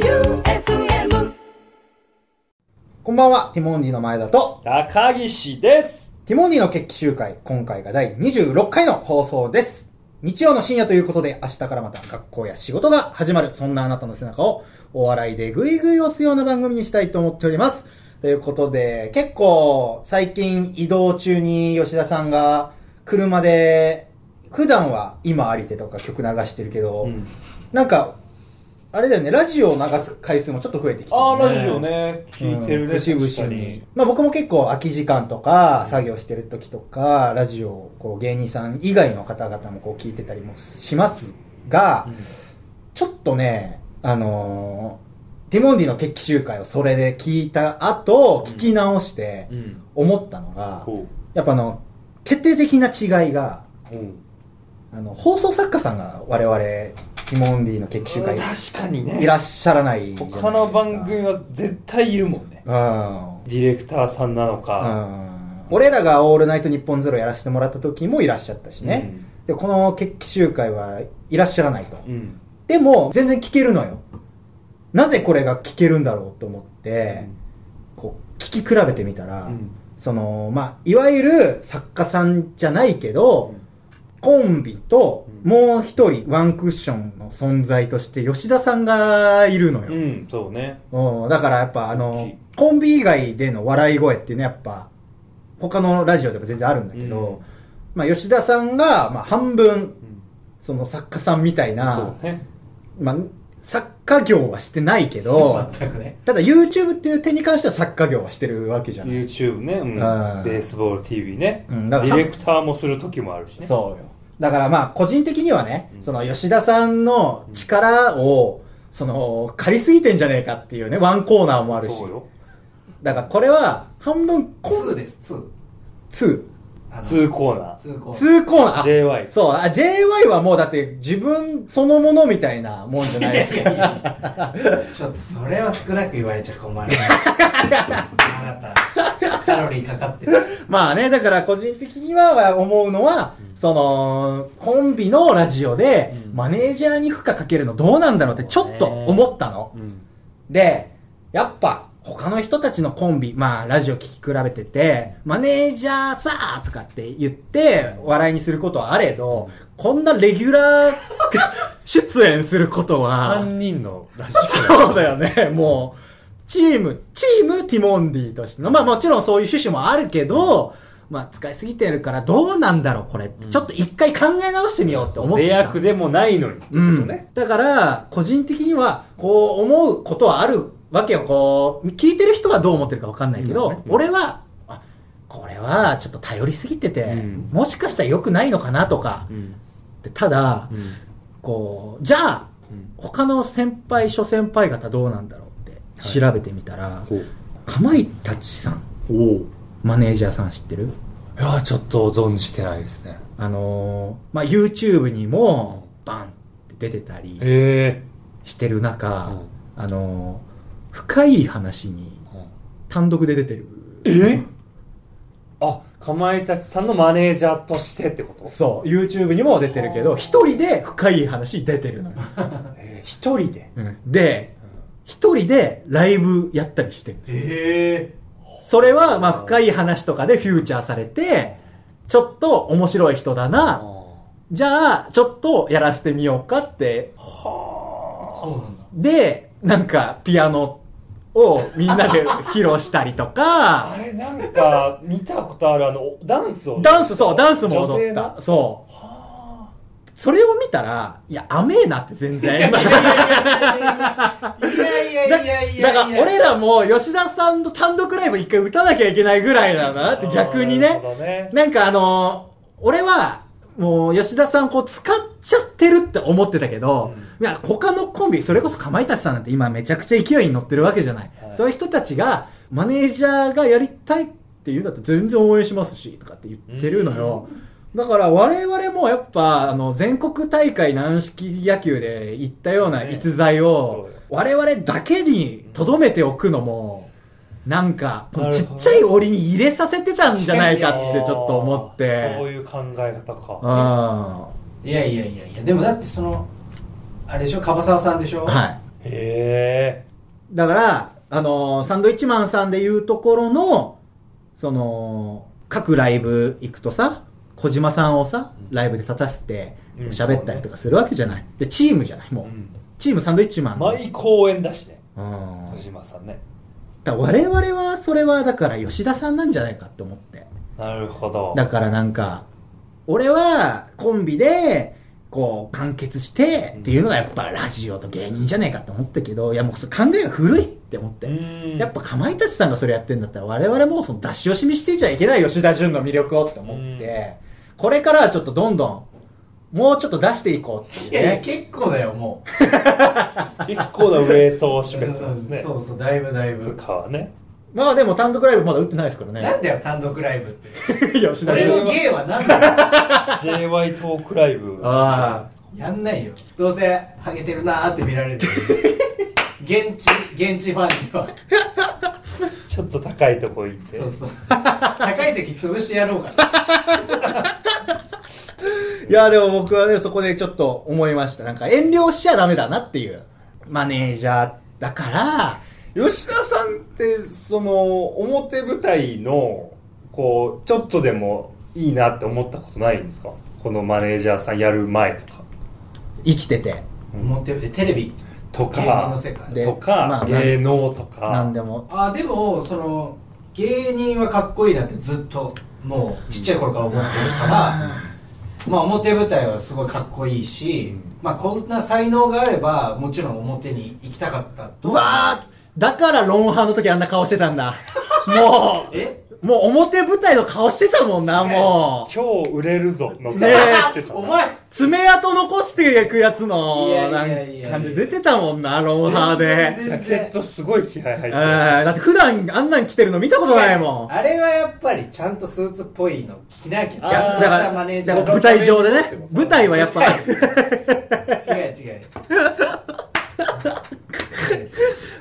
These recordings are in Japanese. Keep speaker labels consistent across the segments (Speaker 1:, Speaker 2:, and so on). Speaker 1: J-O-E-U-F-M
Speaker 2: こんばんは、ティモンディの前田と、
Speaker 3: 高岸です
Speaker 2: ティモンディの決起集会、今回が第26回の放送です。日曜の深夜ということで、明日からまた学校や仕事が始まる、そんなあなたの背中をお笑いでぐいぐい押すような番組にしたいと思っております。ということで、結構最近移動中に吉田さんが車で、普段は今ありてとか曲流してるけど、なんか、あれだよね、ラジオを流す回数もちょっと増えてきてる
Speaker 3: ああラジオね聞いてる
Speaker 2: うん
Speaker 3: ね
Speaker 2: 節
Speaker 3: 確か
Speaker 2: 々に。まあ僕も結構空き時間とか、作業してる時とか、ラジオをこう芸人さん以外の方々もこう聞いてたりもしますが、ちょっとね、あのーティモンディの決起集会をそれで聞いた後、聞き直して
Speaker 3: うんうん
Speaker 2: 思ったのが、
Speaker 3: ほ
Speaker 2: やっぱあの、決定的な違いが、
Speaker 3: ううん
Speaker 2: あの、放送作家さんが我々、ティモンディの決起集会
Speaker 3: 確かにね
Speaker 2: いらっしゃらないじゃないですか。
Speaker 3: 他の番組は絶対いるもんね
Speaker 2: うん。
Speaker 3: ディレクターさんなのか
Speaker 2: うん俺らが「オールナイトニッポンゼロやらせてもらった時もいらっしゃったしね、でこの決起集会はいらっしゃらないと、
Speaker 3: うんうん
Speaker 2: でも全然聞けるのよなぜこれが聞けるんだろうと思って、こう聞き比べてみたら、
Speaker 3: うん
Speaker 2: そのまあいわゆる作家さんじゃないけど、
Speaker 3: うん
Speaker 2: コンビと
Speaker 3: うん
Speaker 2: もう一人ワンクッションの存在として吉田さんがいるのよ、
Speaker 3: うんそうね
Speaker 2: うん、だからやっぱあ
Speaker 3: 大
Speaker 2: の
Speaker 3: きい、
Speaker 2: コンビ以外での笑い声っていうのはやっぱ、他のラジオでも全然あるんだけど、
Speaker 3: うん
Speaker 2: まあ吉田さんが、まあ半分、
Speaker 3: うん
Speaker 2: その作家さんみたい
Speaker 3: そ
Speaker 2: な、
Speaker 3: うね
Speaker 2: まあ、作家業はしてないけど、
Speaker 3: 全くね
Speaker 2: ただ YouTube っていう手に関しては作家業はしてるわけじゃない。
Speaker 3: YouTube ねうん
Speaker 2: うん
Speaker 3: ベースボール TV ね
Speaker 2: う
Speaker 3: デ
Speaker 2: んだから
Speaker 3: ィレクターもする時もあるしね
Speaker 2: そうよ。だからまあ個人的にはね、
Speaker 3: うん
Speaker 2: その吉田さんの力を、その、借りすぎてんじゃねえかっていうね、ワンコーナーもあるし。
Speaker 3: そうよ
Speaker 2: だからこれは、半分コン、
Speaker 4: 2です2
Speaker 2: 2。
Speaker 4: あの
Speaker 3: 2コーナー
Speaker 4: 通行
Speaker 2: 2コーナー。あ
Speaker 3: JY
Speaker 2: そう、あ JY はもうだって自分そのものみたいなもんじゃないですか。
Speaker 4: ちょっとそれは少なく言われちゃ困るあなたカロリーかかってる
Speaker 2: まあね、だから個人的には思うのは、その、コンビのラジオで、
Speaker 3: うん
Speaker 2: マネージャーに負荷かけるのどうなんだろうってちょっと思ったの。
Speaker 3: うん
Speaker 2: で、やっぱ、他の人たちのコンビ、まあ、ラジオ聞き比べてて、マネージャーさーとかって言って、笑いにすることはあれど、こんなレギュ ラー出演することは、
Speaker 3: 3人のラジ
Speaker 2: そうだよね。もう、チーム、チームティモンディとしての、まあもちろんそういう趣旨もあるけど、まあ使いすぎてるからどうなんだろうこれって、
Speaker 3: うん
Speaker 2: ちょっと一回考え直してみようって思
Speaker 3: オ
Speaker 2: った。
Speaker 3: 出役でもないのにってこと
Speaker 2: うん。
Speaker 3: ね
Speaker 2: だから、個人的には、こう思うことはあるわけよ。こう、聞いてる人はどう思ってるかわかんないけど、
Speaker 3: うんうん
Speaker 2: 俺は、あこれはちょっと頼りすぎてて、
Speaker 3: うん
Speaker 2: もしかしたら良くないのかなとか、
Speaker 3: うん
Speaker 2: でただ、
Speaker 3: うん
Speaker 2: こう、じゃあ、
Speaker 3: うん
Speaker 2: 他の先輩、諸先輩方どうなんだろうって調べてみたら、かまいたちさん、
Speaker 3: おお
Speaker 2: マネージャーさん知ってる
Speaker 3: いやーちょっと存じてないですね
Speaker 2: あのーまあ、YouTube にも、バンって出てたり
Speaker 3: え
Speaker 2: してる中、
Speaker 3: うん
Speaker 2: あのー深い話に
Speaker 3: え
Speaker 2: 単独で出てる。
Speaker 3: えあかまいたちさんのマネージャーとしてってこと
Speaker 2: そう、YouTube にも出てるけど、一人で深い話出てるのよ。
Speaker 3: えー一人で
Speaker 2: で、一人でライブやったりしてる。
Speaker 4: え
Speaker 2: それは、まあ、深い話とかでフューチャーされて、ちょっと面白い人だ
Speaker 3: あ
Speaker 2: な。
Speaker 3: ー
Speaker 2: じゃあ、ちょっとやらせてみようかって。
Speaker 4: ー、そうなんだ
Speaker 2: で、なんか、ピアノをみんなで披露したりと
Speaker 3: あ
Speaker 2: か、
Speaker 3: れなんか見たことあるあのダンスを
Speaker 2: ダンス、そう、ダンスも
Speaker 3: 女
Speaker 2: 踊
Speaker 3: 性
Speaker 2: っ
Speaker 3: の
Speaker 2: た。そう。それを見たら、いや、甘えなって全然。
Speaker 4: いやいやい
Speaker 2: だ
Speaker 4: やいやいや
Speaker 2: だから、俺らも吉田さんの単独ライブ一回打たなきゃいけないぐらいなんだなって逆に
Speaker 3: な
Speaker 2: ね
Speaker 3: る。ほどね
Speaker 2: なんかあのー俺は、もう、吉田さんこう使っちゃってるって思ってたけど、いや、他のコンビ、それこそかまいたちさんなんて今めちゃくちゃ勢いに乗ってるわけじゃない。
Speaker 3: はい
Speaker 2: そういう人たちが、マネージャーがやりたいって言うんだと全然応援しますし、とかって言ってるのよ。だから我々もやっぱ、あの、全国大会軟式野球で行ったような
Speaker 3: ね
Speaker 2: 逸材を
Speaker 3: そうよ、
Speaker 2: 我々だけに留めておくのも、なんか、この
Speaker 3: なる
Speaker 2: ち
Speaker 3: ほど
Speaker 2: っちゃい檻に入れさせてたんじゃないかってちょっと思っ
Speaker 3: そう
Speaker 2: て。
Speaker 3: いう考え方か
Speaker 2: うん。
Speaker 4: いやいやいやいやでもだってそのあれでしょ樺沢さんでしょ
Speaker 2: はい。
Speaker 3: へえ。
Speaker 2: だから、あのーサンドイッチマンさんでいうところの、その、各ライブ行くとさ、小島さんをさ、ライブで立たせて、
Speaker 3: うん
Speaker 2: 喋ったりとかするわけじゃない。で、チームじゃない、もう。
Speaker 3: うん
Speaker 2: チームサンドイッチマンの。
Speaker 3: 毎公演だしね。
Speaker 2: うん
Speaker 3: 小島さんね。
Speaker 2: だから我々は、それはだから吉田さんなんじゃないかって思って。
Speaker 3: なるほど。
Speaker 2: だからなんか、俺はコンビで、こう、完結してっていうのがやっぱラジオと芸人じゃねえかって思ったけど、いやもうそれ考えが古いって思って。
Speaker 3: うん
Speaker 2: やっぱかまいたちさんがそれやってんだったら我々もその出し惜しみしてちゃいけない吉田純の魅力をって思って、これからはちょっとどんどん、もうちょっと出していこうっていう
Speaker 4: いやいや
Speaker 2: ね。
Speaker 4: 結構だよもう
Speaker 3: 結構なウェイトを占めてますね。
Speaker 4: そうそうだいぶだいぶ
Speaker 3: 部下はね。
Speaker 2: まあでも単独ライブまだ打ってないですから
Speaker 4: な
Speaker 2: ね。
Speaker 4: んだよ単独ライブって
Speaker 2: 吉田
Speaker 4: 俺
Speaker 2: 純。
Speaker 4: の芸はなんだよ
Speaker 3: JY トークライブ。
Speaker 2: あ
Speaker 4: やんないよどうせハゲてるなーって見 られる現地現地ファンには
Speaker 3: ちょっと高いとこ行って
Speaker 4: そ。うそう高い席潰してやろうかない
Speaker 2: やでも僕はね、そこでちょっと思いました。なんか遠慮しちゃダメだなっていう。マネージャーだから、
Speaker 3: 吉田さんって、その、表舞台の、こう、ちょっとでもいいなって思ったことないんですかこのマネージャーさんやる前とか。
Speaker 2: 生きてて。
Speaker 4: 持ってるテレビ
Speaker 3: とか
Speaker 4: 芸人の世界
Speaker 2: で
Speaker 3: とか、
Speaker 2: まあ
Speaker 3: 芸能とか。
Speaker 2: なんでも。
Speaker 4: あでもその芸人はかっこいいなってずっともうちっちゃい頃から思ってるから、まあ表舞台はすごいかっこいいし、まあこんな才能があればもちろん表に行きたかったと
Speaker 2: うわーだからロンハーの時あんな顔してたんだ。もう。
Speaker 4: え
Speaker 2: もう 表舞台の顔してたもんな、
Speaker 4: 違う
Speaker 2: もう。
Speaker 3: 今日売れるぞの顔
Speaker 2: ねえ
Speaker 3: してたな
Speaker 4: お前
Speaker 2: 爪痕残していくやつの
Speaker 4: いや、い
Speaker 2: な
Speaker 4: や
Speaker 2: ん
Speaker 4: い
Speaker 2: か
Speaker 4: やいや
Speaker 2: 感じ出てたもんな、ロンハーで。
Speaker 3: ジャケットすごい気合入って
Speaker 2: えー
Speaker 3: ました
Speaker 2: だって普段あんなん着てるの見たことないもん。
Speaker 4: あれはやっぱりちゃんとスーツっぽいの着なきゃ
Speaker 3: あ
Speaker 4: ちゃ
Speaker 2: だ
Speaker 4: んとし
Speaker 2: か
Speaker 4: たマネー
Speaker 2: ら、
Speaker 4: ジャ
Speaker 2: だ
Speaker 4: ー
Speaker 2: から舞
Speaker 4: の
Speaker 2: 台上で
Speaker 3: って
Speaker 2: ね
Speaker 3: こ、と
Speaker 2: 舞台はやっぱ、
Speaker 4: 違う違う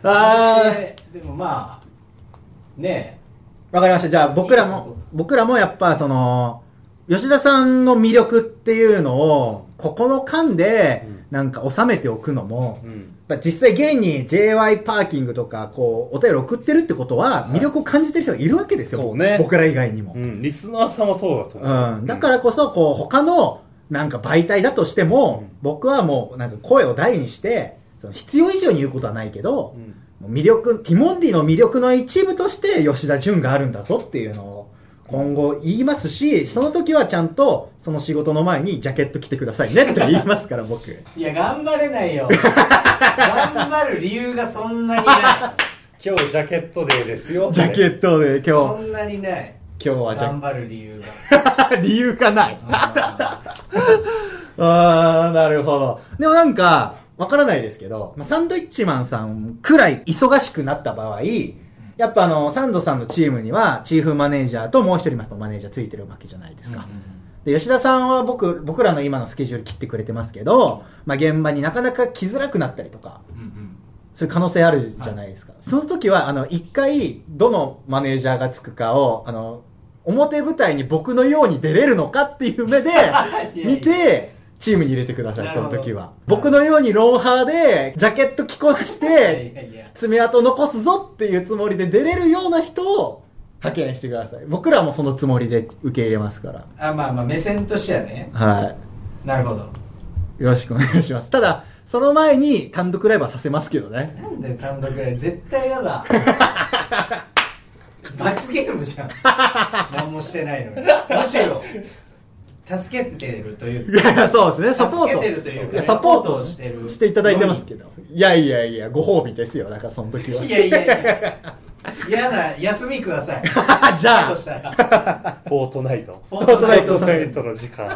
Speaker 2: あー、
Speaker 4: でもまあね
Speaker 2: わかりました。じゃあ僕らも、僕らもやっぱその、吉田さんの魅力っていうのを、ここの間で、なんか収めておくのも、
Speaker 3: うん
Speaker 2: まあ実際現に JY パーキングとかこうお便り送ってるってことは魅力を感じてる人がいるわけですよ、
Speaker 3: そうね
Speaker 2: 僕ら以外にも、
Speaker 3: う
Speaker 2: うん
Speaker 3: ん、リスナーさんはそうだと思う、
Speaker 2: だからこそこう他のなんか媒体だとしても、
Speaker 3: うん
Speaker 2: 僕はもうなんか声を大にしてその必要以上に言うことはないけど
Speaker 3: う、ん
Speaker 2: もう魅力ティモンディの魅力の一部として吉田純があるんだぞっていうのを今後言いますしその時はちゃんとその仕事の前にジャケット着てくださいねって言いますから 僕
Speaker 4: いや頑張れないよ頑張る理由がそんなにない
Speaker 3: 今日ジャケットデーですよ
Speaker 2: ジャケットで 今
Speaker 4: そ
Speaker 2: 日
Speaker 4: んなにない
Speaker 2: 今日はジャケット
Speaker 4: 頑張る理由が
Speaker 2: 理由がない。
Speaker 4: あ
Speaker 2: あー、なるほど。でもなんか、わからないですけど、まあ、サンドイッチマンさんくらい忙しくなった場合、やっぱあの、サンドさんのチームには、チーフマネージャーともう一人もやっぱマネージャーついてるわけじゃないですか。で吉田さんは僕僕らの今のスケジュール切ってくれてますけど、まあ、現場になかなか来づらくなったりとか
Speaker 4: ーうんうん
Speaker 2: そういう可能性あるじゃないですか、その時はあの一回どのマネージャーがつくかをあの表舞台に僕のように出れるのかっていう目で
Speaker 4: いや
Speaker 2: 見てチームに入れてください
Speaker 4: な
Speaker 2: そ
Speaker 4: るほ
Speaker 2: の
Speaker 4: ど
Speaker 2: 時は僕のようにロンハーでジャケット着こなし
Speaker 4: いやいや
Speaker 2: て
Speaker 4: いや
Speaker 2: 爪痕残すぞっていうつもりで出れるような人を派遣してください僕らもそのつもりで受け入れますから
Speaker 4: あまあまあ目線としてはね
Speaker 2: はい
Speaker 4: なるほど
Speaker 2: よろしくお願いします。ただ、その前に単独ライブはさせますけどね。
Speaker 4: なんだよ単独ライブ絶対 やだ罰ゲームじゃん何もしてないのにむしろ助けてるという
Speaker 2: いやいや、 そうですね、サポート。
Speaker 4: 助けてるというかね
Speaker 2: やサポー
Speaker 4: サポート
Speaker 2: ト
Speaker 4: をしてる
Speaker 2: していただいてますけど。いやいやいや、ご褒美ですよ、だからその時は。
Speaker 4: いやいやいや嫌だ休みください
Speaker 2: じ ゃあ
Speaker 4: だとしたら
Speaker 3: フォートナイト
Speaker 4: フ
Speaker 2: ォートナイト
Speaker 3: フォートナイトの時 間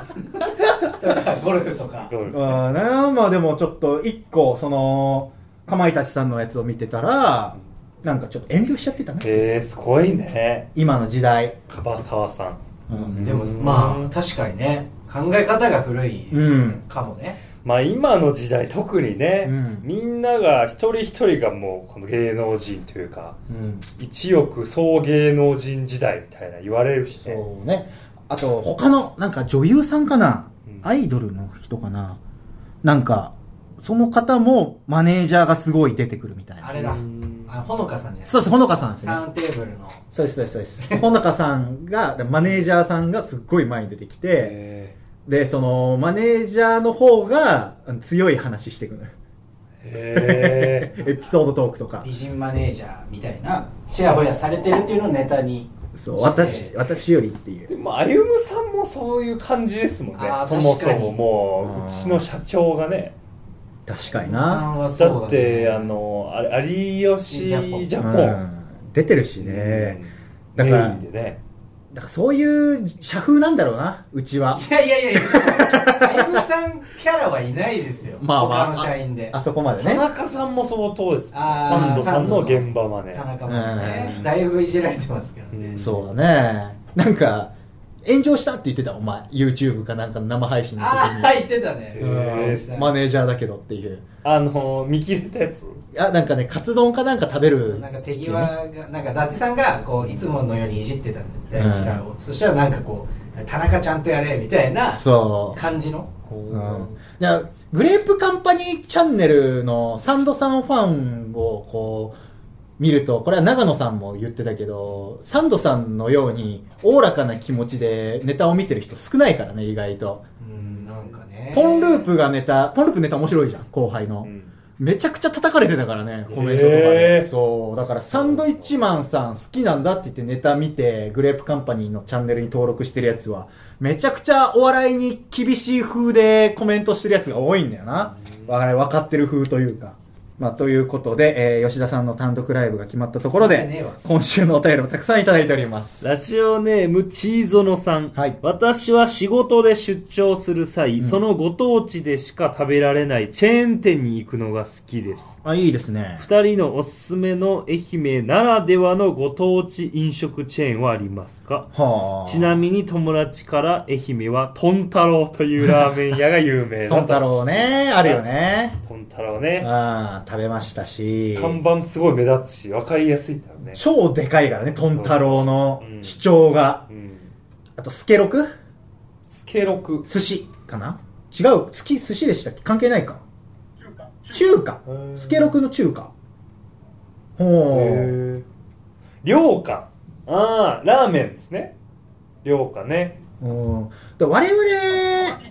Speaker 4: とかゴルフとか
Speaker 2: うんなまあでもちょっと一個、その、かまいたちさんのやつを見てたら、なんかちょっと遠慮しちゃってたね。
Speaker 3: えー、すごいね
Speaker 2: 今の時代。
Speaker 3: 樺沢さん
Speaker 2: うん
Speaker 4: でもまあ確かにね考え方が古い
Speaker 2: うん
Speaker 4: かもね、
Speaker 3: まあ今の時代特にね、
Speaker 2: うん
Speaker 3: みんなが一人一人がもうこの芸能人というか
Speaker 2: うん
Speaker 3: 一億総芸能人時代みたいな言われるしね
Speaker 2: そうね。あと、他の、なんか女優さんかな、
Speaker 3: うん
Speaker 2: アイドルの人かななんか、その方もマネージャーがすごい出てくるみたい
Speaker 4: あ
Speaker 2: な。
Speaker 4: れだ
Speaker 3: うん
Speaker 4: あほのかさんじゃない
Speaker 2: そうです、ほのかさんですね
Speaker 4: タ。ーンテーブルの
Speaker 2: そうです、そうです、そうです。ほのかさんが、マネージャーさんがすっごい前に出てきて、
Speaker 3: え
Speaker 2: で、その、マネージャーの方がうん強い話して くる。
Speaker 3: ーえ
Speaker 2: エピソードトークとか
Speaker 4: 美。人マネージャーみたいなちやほやされてるっていうのをネタに
Speaker 2: そう、私、私よりってい
Speaker 3: ーで
Speaker 2: う。
Speaker 3: も歩夢さんもそういう感じですもんね
Speaker 4: あー
Speaker 3: そもそ
Speaker 4: 確か
Speaker 3: も
Speaker 4: に
Speaker 3: もううちの社長がね
Speaker 2: 確かに
Speaker 4: さ
Speaker 2: な。
Speaker 4: んはそう
Speaker 3: だ
Speaker 4: ね
Speaker 3: ってあのあれ有吉ジ
Speaker 4: ジャポン
Speaker 3: ャ
Speaker 2: う
Speaker 3: ポ
Speaker 2: ん出てるし
Speaker 3: ン
Speaker 2: ね。
Speaker 3: うん
Speaker 2: だ
Speaker 3: メ
Speaker 2: から
Speaker 3: インでね
Speaker 2: だからそういう社風なんだろうな、うちは。
Speaker 4: いやいやいや歩夢さんキャラはいないですよ
Speaker 2: まあまあ
Speaker 4: 他の社員で
Speaker 2: あそこまで
Speaker 3: 田
Speaker 2: ね。
Speaker 3: 中さんも相当ですサ
Speaker 4: あ
Speaker 3: ン
Speaker 4: ー
Speaker 3: ドさんの現場まで
Speaker 4: 田中もね
Speaker 2: うん
Speaker 4: だいぶいじられてますけど
Speaker 3: う
Speaker 4: ね
Speaker 3: ん
Speaker 2: そうだね。なんか、炎上したって言ってた、お前。YouTube かなんかの生配信の時
Speaker 4: あ
Speaker 2: に
Speaker 4: あ。言ってたね
Speaker 3: へ
Speaker 4: うん
Speaker 3: ー
Speaker 2: うんマネージャーだけどっていう。
Speaker 3: あの見切れたやつ
Speaker 2: あ、なんかね、カツ丼かなんか食べる。
Speaker 4: なんか手際がなんか伊達さんがこういつものようにいじってたんだよ
Speaker 2: うん
Speaker 4: 大吉さんをそしたらなんかこう田中ちゃんとやれみたいな
Speaker 2: そう。
Speaker 4: 感じの
Speaker 2: うん、いやグレープカンパニーチャンネルのサンドさんファンをこう見るとこれは長野さんも言ってたけどサンドさんのようにおおらかな気持ちでネタを見てる人少ないからね意外と
Speaker 4: うんなんかね
Speaker 2: ポンループがネタポンループネタ面白いじゃん後輩の、
Speaker 3: うん
Speaker 2: めちゃくちゃ叩かれてたからねコメントとかで、
Speaker 3: へー
Speaker 2: そうだからサンドイッチマンさん好きなんだって言ってネタ見てグレープカンパニーのチャンネルに登録してるやつはめちゃくちゃお笑いに厳しい風でコメントしてるやつが多いんだよな我々分かってる風というかまあということで、えー吉田さんの単独ライブが決まったところ
Speaker 4: ねえ
Speaker 2: で
Speaker 4: わ
Speaker 2: 今週のお便りもたくさんいただいております
Speaker 3: ラジオネームチーゾノさん、
Speaker 2: はい
Speaker 3: 私は仕事で出張する際、そのご当地でしか食べられないチェーン店に行くのが好きです
Speaker 2: あいいですね
Speaker 3: 2人のおすすめの愛媛ならではのご当地飲食チェーンはありますか
Speaker 2: はあ
Speaker 3: ちなみに友達から愛媛はトン太郎というラーメン屋が有名だと
Speaker 2: トン太郎ねあるよね
Speaker 3: トン太郎ね
Speaker 2: ああ食べましたし
Speaker 3: 看板すごい目立つし分かりやすいんだろうね
Speaker 2: 超でかいからね、トン太郎の
Speaker 3: うん
Speaker 2: 主張が。
Speaker 3: うん
Speaker 2: あと、スケロク
Speaker 3: スケロク
Speaker 2: 寿司かな違う、月寿司でしたっけ関係ないか中華
Speaker 3: へー
Speaker 2: スケロクの中華。ほう。
Speaker 3: へー涼かああラーメンですね涼かね
Speaker 2: うんで我々、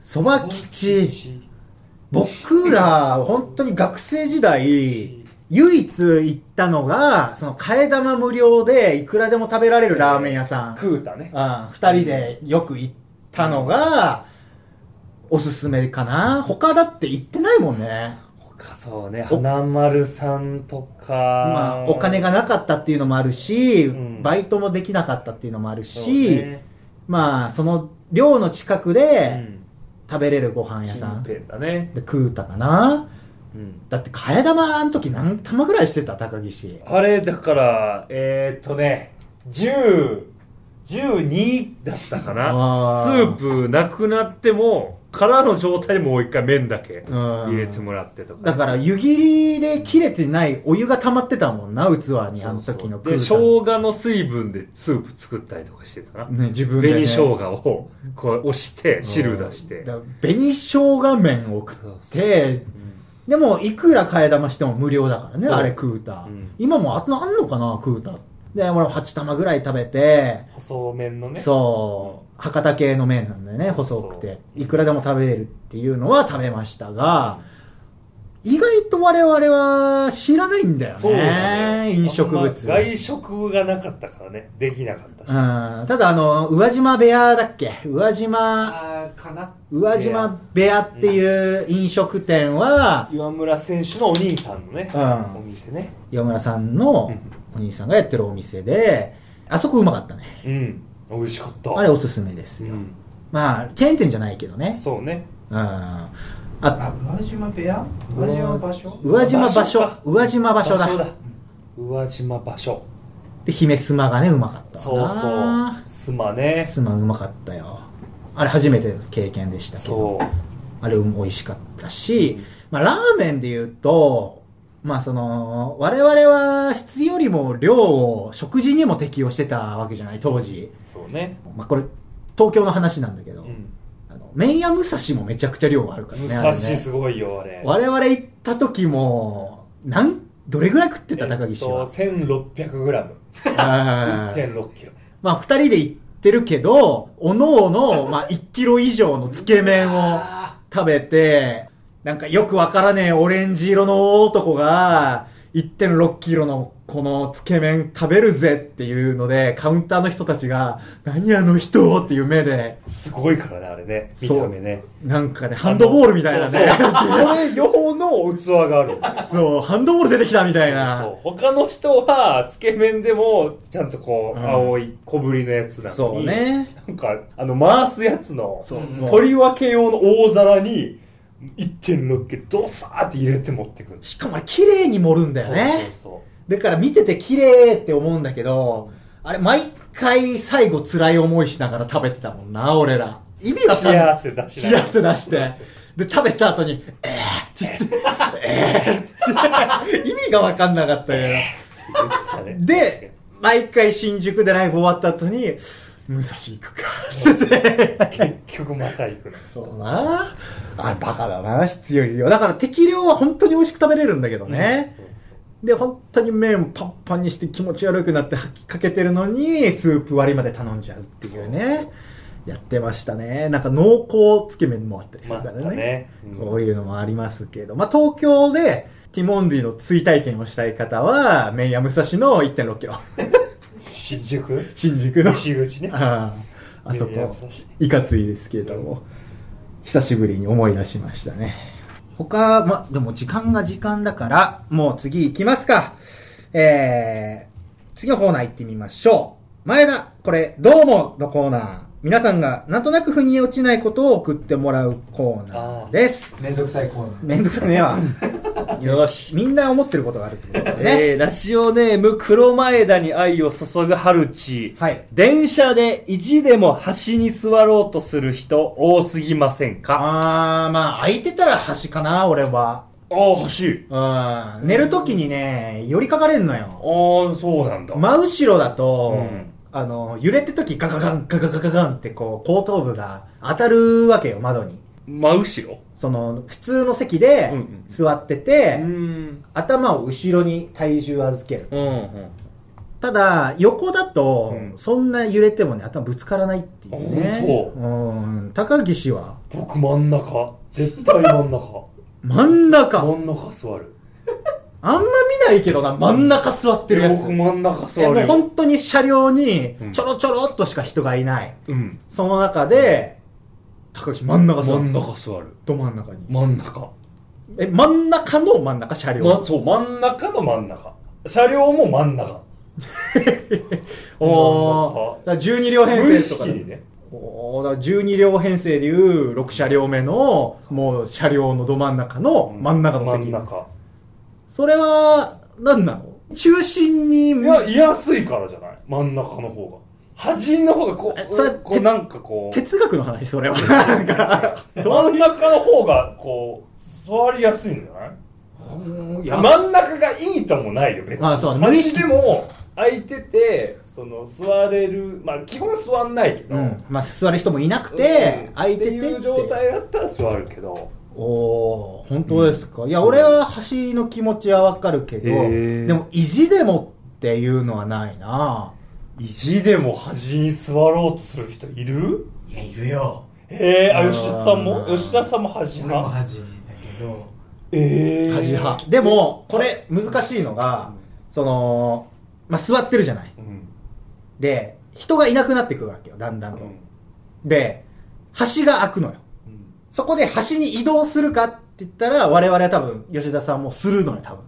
Speaker 2: そば吉、僕ら、本当に学生時代、唯一行ったのが、その、替え玉無料で、いくらでも食べられるラーメン屋さん。
Speaker 3: 食うたね
Speaker 2: うん、二人でよく行ったのが、おすすめかな。他だって行ってないもんね。
Speaker 3: 他そうね
Speaker 2: お
Speaker 3: 花丸さんとか
Speaker 2: まあ、お金がなかったっていうのもあるし、
Speaker 3: うん
Speaker 2: バイトもできなかったっていうのもある
Speaker 3: そう
Speaker 2: し、
Speaker 3: ね
Speaker 2: まあ、その寮の近く
Speaker 3: う
Speaker 2: で
Speaker 3: ん
Speaker 2: 食べれるご飯屋さん
Speaker 3: 近
Speaker 2: で
Speaker 3: 辺だね
Speaker 2: 食うたかな。
Speaker 3: うん
Speaker 2: だって、替え玉の時何玉ぐらいしてた高岸。
Speaker 3: あれだからえーっとね10 12だったかな
Speaker 2: あ
Speaker 3: ス
Speaker 2: ー
Speaker 3: ープなくなっても空の状態でもう一回麺だけ
Speaker 2: うん
Speaker 3: 入れてもらってとかね
Speaker 2: だから、湯切りで切れてないお湯が溜まってたもんな、器に、あの
Speaker 3: そうそ
Speaker 2: 時
Speaker 3: う
Speaker 2: の
Speaker 3: で
Speaker 2: 空
Speaker 3: 生
Speaker 2: 間
Speaker 3: 姜の水分でスープ作ったりとかしてたな、
Speaker 2: ね、自分で、ね。
Speaker 3: 紅生姜をこう押して汁出して
Speaker 2: だ紅生姜麺を食
Speaker 3: そう
Speaker 2: っ
Speaker 3: そ
Speaker 2: て、でも、いくら替え玉しても無料だからね、
Speaker 3: そう
Speaker 2: あれ食うた。
Speaker 3: うん
Speaker 2: 今もあとあんのかな、食うた。で、俺も8玉ぐらい食べて、
Speaker 3: 細麺のね
Speaker 2: そう、博多系の麺なんだよね、細くて。
Speaker 3: そう
Speaker 2: いくらでも食べれるっていうのは食べましたが、意外と我々は知らないんだよ
Speaker 3: そうだ
Speaker 2: ね、
Speaker 3: ね
Speaker 2: 飲食
Speaker 3: あんま
Speaker 2: 物。
Speaker 3: 外食がなかったからねできなかったし、
Speaker 2: うん、ただあの、宇和島部屋だっけ宇和島、
Speaker 4: あーかな
Speaker 2: 宇和島部屋っていう飲食店は、
Speaker 3: 岩村選手のお兄さんのね、
Speaker 2: うん
Speaker 3: お店ね
Speaker 2: 岩村さんのお兄さんがやってるお店で、あそこうまかったね。
Speaker 3: うん美味しかった
Speaker 2: あれおすすめです
Speaker 3: う
Speaker 2: よ。
Speaker 3: ん、
Speaker 2: まあ、チェーン店じゃないけどね。
Speaker 3: そうね
Speaker 2: うん。あ、
Speaker 4: あ宇和島部屋宇和島場所
Speaker 2: 宇和島場
Speaker 3: 場所
Speaker 2: 所
Speaker 3: か。
Speaker 2: 宇和島場所だ。
Speaker 3: 宇和島場所
Speaker 2: で、姫すまがね、うまかった
Speaker 3: そう
Speaker 2: わ
Speaker 3: そう
Speaker 2: な。
Speaker 3: すまね
Speaker 2: すまうまかったよ。あれ初めての経験でしたけど。
Speaker 3: そう
Speaker 2: あれも美味しかったし、まあ、ラーメンで言うと、まあその、我々は質よりも量を食事にも適用してたわけじゃない、当時。
Speaker 3: そうね
Speaker 2: まあこれ、東京の話なんだけど、
Speaker 3: うん
Speaker 2: あの、麺屋武蔵もめちゃくちゃ量あるから
Speaker 3: 武
Speaker 2: ねあれ
Speaker 3: 蔵
Speaker 2: ね
Speaker 3: すごいよ、あれ。
Speaker 2: 我々行った時もなんどれぐらい食ってた高
Speaker 3: えっ
Speaker 2: 岸
Speaker 3: と、
Speaker 2: は、
Speaker 3: 1600グラム。
Speaker 2: あー
Speaker 3: 1.6キロ。
Speaker 2: まあ二人で行ってるけどおのおの、まあ、1キロ以上のつけ麺を食べてなんかよくわからねえオレンジ色の男が1.6キロのこのつけ麺食べるぜっていうのでカウンターの人たちが何あの人っていう目です
Speaker 3: ごいからね、あれね。見
Speaker 2: そう
Speaker 3: た目ね。
Speaker 2: なんかねハンドボールみたいなね
Speaker 3: そうそうそれ用の器があるんです
Speaker 2: そうハンドボール出てきたみたいな
Speaker 3: そう他の人はつけ麺でもちゃんとこう、
Speaker 2: うん
Speaker 3: 青い小ぶりのやつなのに
Speaker 2: そうね
Speaker 3: なんかあの回すやつの
Speaker 2: そう
Speaker 4: うん
Speaker 2: もう
Speaker 3: 取り分け用の大皿に1.6キロドサーって入れて持ってくるんです
Speaker 2: しかもあれ綺麗に盛るんだよね
Speaker 3: そうそう
Speaker 2: だから見てて綺麗って思うんだけど、あれ毎回最後辛い思いしながら食べてたもんな、俺ら。意味わか
Speaker 3: そう冷
Speaker 2: ん
Speaker 3: や
Speaker 2: ない。
Speaker 3: 汗出し
Speaker 2: 冷
Speaker 3: なが
Speaker 2: や
Speaker 3: ら
Speaker 2: 汗出して。で、食べた後に、えーって言って、えーって言って、意味がわかんなかったよ。
Speaker 3: 言ってたね
Speaker 2: で、毎回新宿でライブ終わった後に、武蔵行くか、つって。
Speaker 3: 結局また行くの
Speaker 2: そうなあれバカだな、質より量。だから適量は本当に美味しく食べれるんだけどね。で、本当に麺をパンパンにして気持ち悪くなって吐きかけてるのに、スープ割りまで頼んじゃうっていうね。やってましたね。なんか濃厚つけ麺もあったりす
Speaker 3: ま
Speaker 2: るか
Speaker 3: た
Speaker 2: らね。
Speaker 3: ね、うん
Speaker 2: こういうのもありますけど。まあ、東京で、ティモンディの追体験をしたい方は、麺屋武蔵の1.6キロ。
Speaker 3: 新宿
Speaker 2: 新宿の。
Speaker 3: 西口ね
Speaker 2: あああそ
Speaker 3: いやいや
Speaker 2: こいかついですけれども久しぶりに思い出しましたね他までも時間が時間だからもう次行きますかえー、次のコーナー行ってみましょう前田これどう思うのコーナー皆さんがなんとなく腑に落ちないことを送ってもらうコーナーです
Speaker 4: めんどくさいコーナー
Speaker 2: めんどく さねえわ
Speaker 5: よし。
Speaker 2: みんな思ってることがあるってことだね、
Speaker 5: えー、ラジオネーム、黒前田に愛を注ぐハルチ。
Speaker 2: はい
Speaker 5: 電車で意地でも端に座ろうとする人多すぎませんか
Speaker 2: あーまあ空いてたら端かな俺は
Speaker 5: ああ、欲しい。
Speaker 2: うん寝るときにね、寄りかかれんのよ。
Speaker 3: ああそうなんだ、
Speaker 2: 真後ろだと、
Speaker 3: うん
Speaker 2: あの、揺れてときガガガン、ガガガガガンってこう、後頭部が当たるわけよ、窓に。
Speaker 5: 真後ろ
Speaker 2: その、普通の席で
Speaker 5: うんうん
Speaker 2: 座ってて、
Speaker 5: ん。
Speaker 2: 頭を後ろに体重預ける。
Speaker 5: うん、うん。
Speaker 2: ただ、横だと、
Speaker 3: うん
Speaker 2: そんな揺れてもね、頭ぶつからないっていうね。うん。高岸は、
Speaker 3: 僕真ん中絶対真ん中
Speaker 2: 真ん中。
Speaker 3: 真ん中座る
Speaker 2: あんま見ないけどな、真ん中座ってるやつ
Speaker 3: 僕。真ん中
Speaker 2: え
Speaker 3: 座
Speaker 2: も
Speaker 3: る
Speaker 2: う
Speaker 3: よ
Speaker 2: 本当に車両に
Speaker 3: うん
Speaker 2: ちょろちょろっとしか人がいない。
Speaker 3: うん
Speaker 2: その中で、高橋真ん中さ
Speaker 3: 真
Speaker 2: ん。
Speaker 3: ん中座る
Speaker 2: ど真ん中に。
Speaker 3: 真ん中、
Speaker 2: え、真ん中の真ん中車両。
Speaker 3: ま、そう真ん中の真ん中車両も真ん中
Speaker 2: おー。だから12両
Speaker 3: 無
Speaker 2: 編成と
Speaker 3: 意識
Speaker 2: かで
Speaker 3: に。ね
Speaker 2: おーだから12両編成でいう6車両目の、もう車両のど真ん中の真ん中の
Speaker 3: 真ん
Speaker 2: 席。
Speaker 3: 中
Speaker 2: それは、何なの中心に、
Speaker 3: いや居やすいからじゃない真ん中の方が端の方がこ
Speaker 2: え
Speaker 3: う
Speaker 2: それ
Speaker 3: こ
Speaker 2: て
Speaker 3: うなんかこう
Speaker 2: 哲学の話、それは。なんか、ど
Speaker 3: 真
Speaker 2: うんいう、
Speaker 3: 中の方がこう座りやすいんじゃない真ん中がいいともないよ別に
Speaker 2: まあそう無
Speaker 3: 無
Speaker 2: 意
Speaker 3: 意
Speaker 2: 識
Speaker 3: 識でも空いててその座れるまあ基本座んないけど、
Speaker 2: うん。まあ、座る人もいなくて、空いてて
Speaker 3: っ
Speaker 2: って
Speaker 3: いう状態だったら座るけど
Speaker 2: おお本当ですか、いや俺は橋の気持ちはわかるけど、
Speaker 3: へー
Speaker 2: でも意地でもっていうのはないな
Speaker 3: 意地でも端に座ろうとする人いる
Speaker 4: いやいるよ
Speaker 3: ええ
Speaker 2: あー
Speaker 3: あ吉田さんも吉田さんも端
Speaker 4: 俺も
Speaker 3: 派
Speaker 4: 恥だけど
Speaker 3: ええ
Speaker 2: 端派、でもこれ難しいのが、そのまあ座ってるじゃない
Speaker 3: うん
Speaker 2: で人がいなくなってくるわけよだんだんと、で橋が開くのよ
Speaker 3: うん
Speaker 2: そこで橋に移動するかって言ったら我々は多分吉田さんもするのよ多分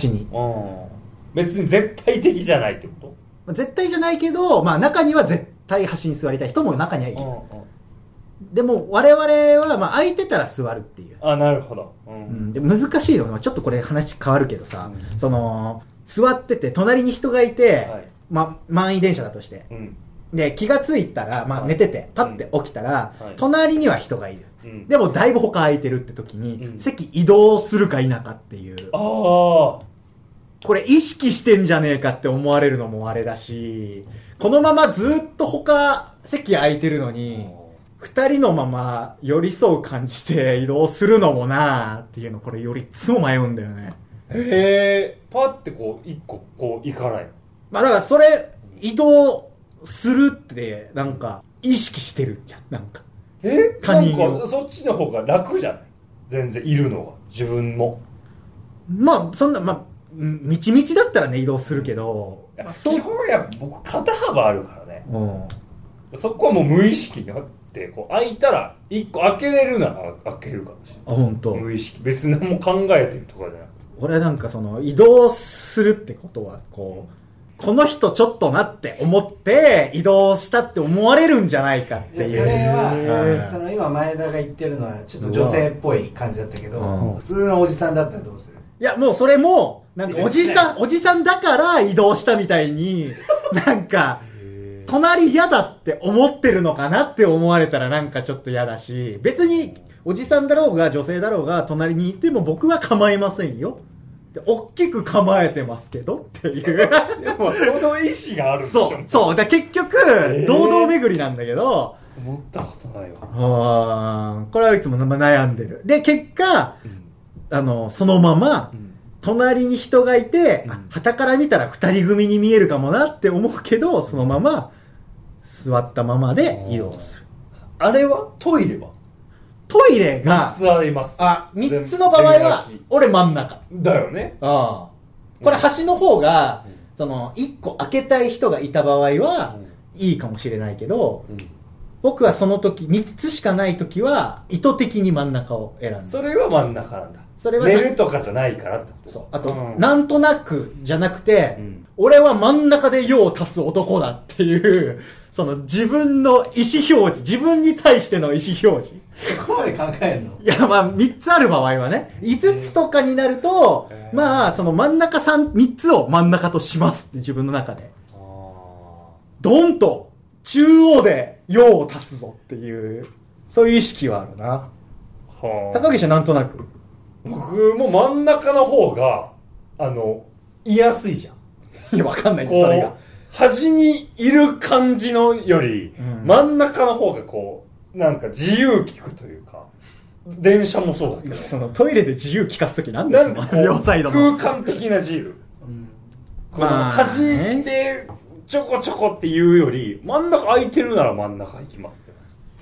Speaker 2: 橋に
Speaker 3: うん別に絶対的じゃないってこ
Speaker 2: まあ絶対じゃないけど、まあ、中には絶対橋に座りたい人も中にはい
Speaker 3: と
Speaker 2: る、
Speaker 3: うんうん
Speaker 2: でも我々はまあ空いてたら座るっていう、
Speaker 3: あなるほどう
Speaker 2: うんん、で難しいのがちょっとこれ話変わるけどさ、その座ってて隣に人がいて、
Speaker 3: はい
Speaker 2: ま、満員電車だとして
Speaker 3: うん
Speaker 2: で気がついたら、まあ、
Speaker 3: はい
Speaker 2: 寝ててパッて起きたら、
Speaker 3: うんはい
Speaker 2: 隣には人がいる
Speaker 3: うん
Speaker 2: でもだいぶ他空いてるって時に、
Speaker 3: うん
Speaker 2: 席移動するか否かっていう
Speaker 3: ああ
Speaker 2: これ意識してんじゃねえかって思われるのもあれだしこのままずっと他席空いてるのに二人のまま寄り添う感じで移動するのもなーっていうの、これよりいつも迷うんだよね。
Speaker 3: へえパッてこう一個こう行かない
Speaker 2: まあだからそれ、移動するって、なんか、意識してるじゃん、なんか。
Speaker 3: え
Speaker 2: 他人
Speaker 3: なん
Speaker 2: を
Speaker 3: かそっちの方が楽じゃない全然いるのが自分も
Speaker 2: まあ、そんな、まあ、うんみちみちだったらね、移動するけど、まあ、そう
Speaker 3: 基、本やっぱ僕肩幅あるからね
Speaker 2: うん。
Speaker 3: そこはもう無意識になってこう開いたら一個開けれるなら開けるかもし
Speaker 2: あ、本当
Speaker 3: れない。無意識別に何も考えてるとかじゃなくて
Speaker 2: 俺はなんかその移動するってことはこうこの人ちょっとなって思って移動したって思われるんじゃないかって
Speaker 4: いやそ
Speaker 2: いう
Speaker 4: れ
Speaker 2: うん
Speaker 4: はその今前田が言ってるのはちょっと女性っぽい感じだったけど
Speaker 2: うん
Speaker 4: 普通のおじさんだったらどうする
Speaker 2: いやもうそれもなんかおじさんおじさんだから移動したみたい になんか隣嫌だって思ってるのかなって思われたらなんかちょっと嫌だし別におじさんだろうが女性だろうが隣にいても僕は構いませんよで大きく構えてますけどって いう
Speaker 3: でもその意思があるでしょ
Speaker 2: そう、そう。だから結局、
Speaker 3: ー
Speaker 2: 堂々巡りなんだけど、
Speaker 3: 思ったことないわ
Speaker 2: あーこれはいつもまあ悩んでる。で、結果、あの、そのまま、隣に人がいて、あ、旗から見たら二人組に見えるかもなって思うけど、そのまま、座ったままで移動する。
Speaker 3: あれはトイレは
Speaker 2: トイレが、
Speaker 3: ツアーいます
Speaker 2: あ、三つの場合は
Speaker 3: 全部全部、
Speaker 2: 俺真ん中。
Speaker 3: だよね
Speaker 2: ああこれ端の方が、その、一個開けたい人がいた場合は、いいかもしれないけど、僕はその時、三つしかない時は、意図的に真ん中を選んで。
Speaker 3: それは真ん中なんだ
Speaker 2: それは
Speaker 3: 寝るとかじゃないからってこと
Speaker 2: そう。あと、
Speaker 3: うん
Speaker 2: なんとなくじゃなくて、
Speaker 3: うん
Speaker 2: 俺は真ん中で用を足す男だっていう、その自分の意思表示、自分に対しての意思表示。
Speaker 4: そこまで考えるの
Speaker 2: いや、まあ、3つある場合はね、5つとかになると、まあ、その真ん中3、3つを真ん中としますって自分の中で。ドンと、中央で、用を足すぞっていう、そういう意識はあるな。
Speaker 3: はあ
Speaker 2: 高岸はなんとなく。
Speaker 3: 僕も真ん中の方があの居やすいじゃん
Speaker 2: いや、わかんないんだ、
Speaker 3: こ
Speaker 2: それが
Speaker 3: う。端にいる感じのより、
Speaker 2: うん
Speaker 3: 真ん中の方がこうなんか自由聞くというか電車もそうだけど
Speaker 2: そのトイレで自由聞かすときなんで
Speaker 3: なん
Speaker 2: す
Speaker 3: かこ
Speaker 2: か両サイド
Speaker 3: う空
Speaker 2: の。
Speaker 3: 間的な自由この
Speaker 2: まあ
Speaker 3: 端でちょこちょこっていうより真ん中空いてるなら真ん中行きますって